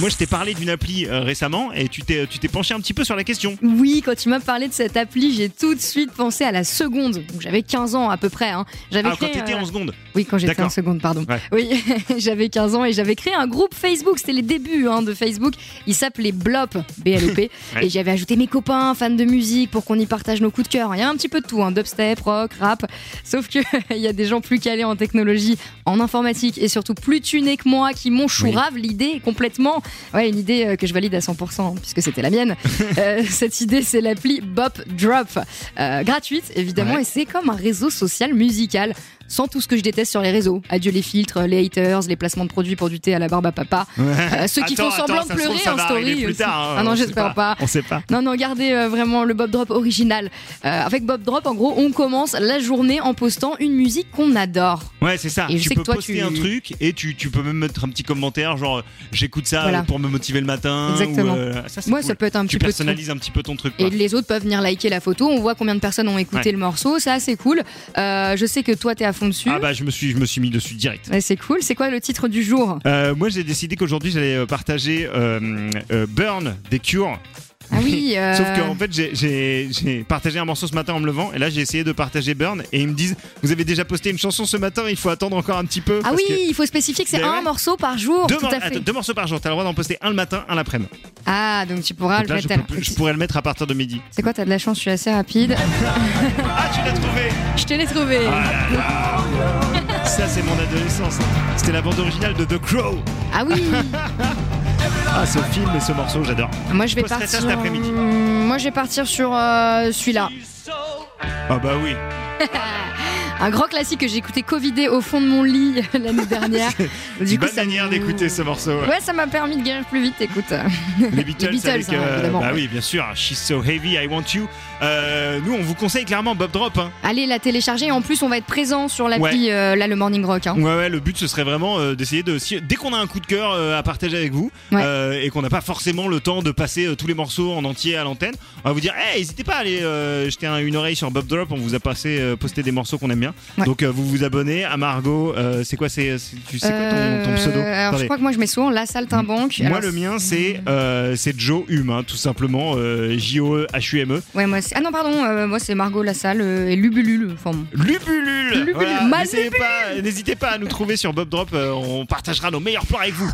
moi, je t'ai parlé d'une appli euh, récemment et tu t'es, tu t'es penché un petit peu sur la question. Oui, quand tu m'as parlé de cette appli, j'ai tout de suite pensé à la seconde. Donc, J'avais 15 ans à peu près. hein. J'avais Ah, quand créé, t'étais euh, en seconde. Oui, quand j'étais D'accord. en seconde, pardon. Ouais. Oui, j'avais 15 ans et j'avais créé un groupe Facebook. C'était les débuts hein, de Facebook. Il s'appelait Blop, B-L-O-P. Ouais. Et j'avais ajouté mes copains, fans de musique, pour qu'on y partage nos coups de cœur. Il y a un petit peu de tout, hein, dubstep, rock, rap. Sauf que il y a des gens plus calés en technologie, en informatique et surtout plus tunés que moi qui m'ont chourave l'idée complètement. Ouais, une idée euh, que je valide à 100% hein, puisque c'était la mienne. Euh, cette idée, c'est l'appli Bop Drop. Euh, gratuite, évidemment, Ouais. et c'est comme un réseau social musical sans tout ce que je déteste sur les réseaux. Adieu les filtres, les haters, les placements de produits pour du thé à la barbe à papa. Euh, ceux qui Attends, font attends, semblant de ça se trouve, pleurer ça en va arriver story. plus aussi. tard, hein, ah on non, sait j'espère pas. On sait pas. Non, non, gardez euh, vraiment le Bob Drop original. Euh, avec Bob Drop, en gros, on commence la journée en postant une musique qu'on adore. Ouais, c'est ça. Et je tu sais peux que toi, poster tu- un truc et tu, tu peux même mettre un petit commentaire, genre euh, j'écoute ça Voilà. euh, pour me motiver le matin. Exactement. Ou, euh, ça, c'est Moi, cool. ça peut être un Tu petit peu de tout. personnalises un petit peu ton truc. quoi. Et les autres peuvent venir liker la photo. On voit combien de personnes ont écouté Ouais. le morceau. Ça, c'est cool. Euh, je sais que toi, t'es à fond dessus. Ah bah je me suis, je me suis mis dessus direct. Ouais, c'est cool. C'est quoi le titre du jour Euh, moi j'ai décidé qu'aujourd'hui j'allais euh, partager euh, euh, Burn des Cures. Ah oui. euh, Sauf qu'en fait j'ai- j'ai j'ai partagé un morceau ce matin en me levant et là j'ai essayé de partager Burn et ils me disent vous avez déjà posté une chanson ce matin, il faut attendre encore un petit peu. Ah parce oui, que il faut spécifier que c'est Mais un ouais. morceau par jour. Deux, tout mor- à fait. attends, deux morceaux par jour, t'as le droit d'en poster un le matin, un l'après-midi. Ah, donc tu pourras Donc le là, je, mettre à peux- je pourrais le mettre à partir de midi. C'est quoi, t'as de la chance, je suis assez rapide. Ah tu l'as trouvé Je te l'ai trouvé. Ah. Ça c'est mon adolescence. hein. C'était la bande originale de The Crow. Ah oui Ah ce film et ce morceau j'adore. Moi je vais posterai partir. ça cet après-midi. Hum, Moi je vais partir sur euh, celui-là. Ah bah oui. Un grand classique que j'ai écouté Covidé au fond de mon lit l'année dernière. du Bonne manière me- d'écouter ce morceau. ouais. Ouais, ça m'a permis de guérir plus vite, écoute. Les Beatles, Les Beatles, avec, hein, évidemment, bah ouais. oui, bien sûr. She's so heavy, I want you. Euh, nous, on vous conseille clairement Bob Drop. hein. Allez la télécharger, en plus on va être présent sur l'appli, euh, là le Morning Rock. hein. Ouais, ouais. Le but, ce serait vraiment euh, d'essayer de, si- dès qu'on a un coup de cœur euh, à partager avec vous Ouais. euh, et qu'on n'a pas forcément le temps de passer euh, tous les morceaux en entier à l'antenne, on va vous dire, hey, n'hésitez pas à aller euh, jeter un- une oreille sur Bob Drop. On vous a passé euh, posté des morceaux qu'on aime bien. Ouais. Donc euh, vous vous abonnez à Margot. euh, c'est quoi, c'est, c'est- tu sais quoi ton, ton Euh, pseudo alors, Je Attendez. crois que moi je mets souvent la saltimbanque. Moi, Alors, le mien, c'est euh, c'est Joe Hume, hein, tout simplement. euh, J-O-E-H-U-M-E. Ouais, moi c'est- Ah non, pardon, euh, moi c'est Margot Lassalle euh, et Lubulule. Enfin, bon. Lubulule, Lubulule, Voilà, mal n'essayez pas- N'hésitez pas, à nous trouver sur Bob Drop, euh, on partagera nos meilleurs plans avec vous.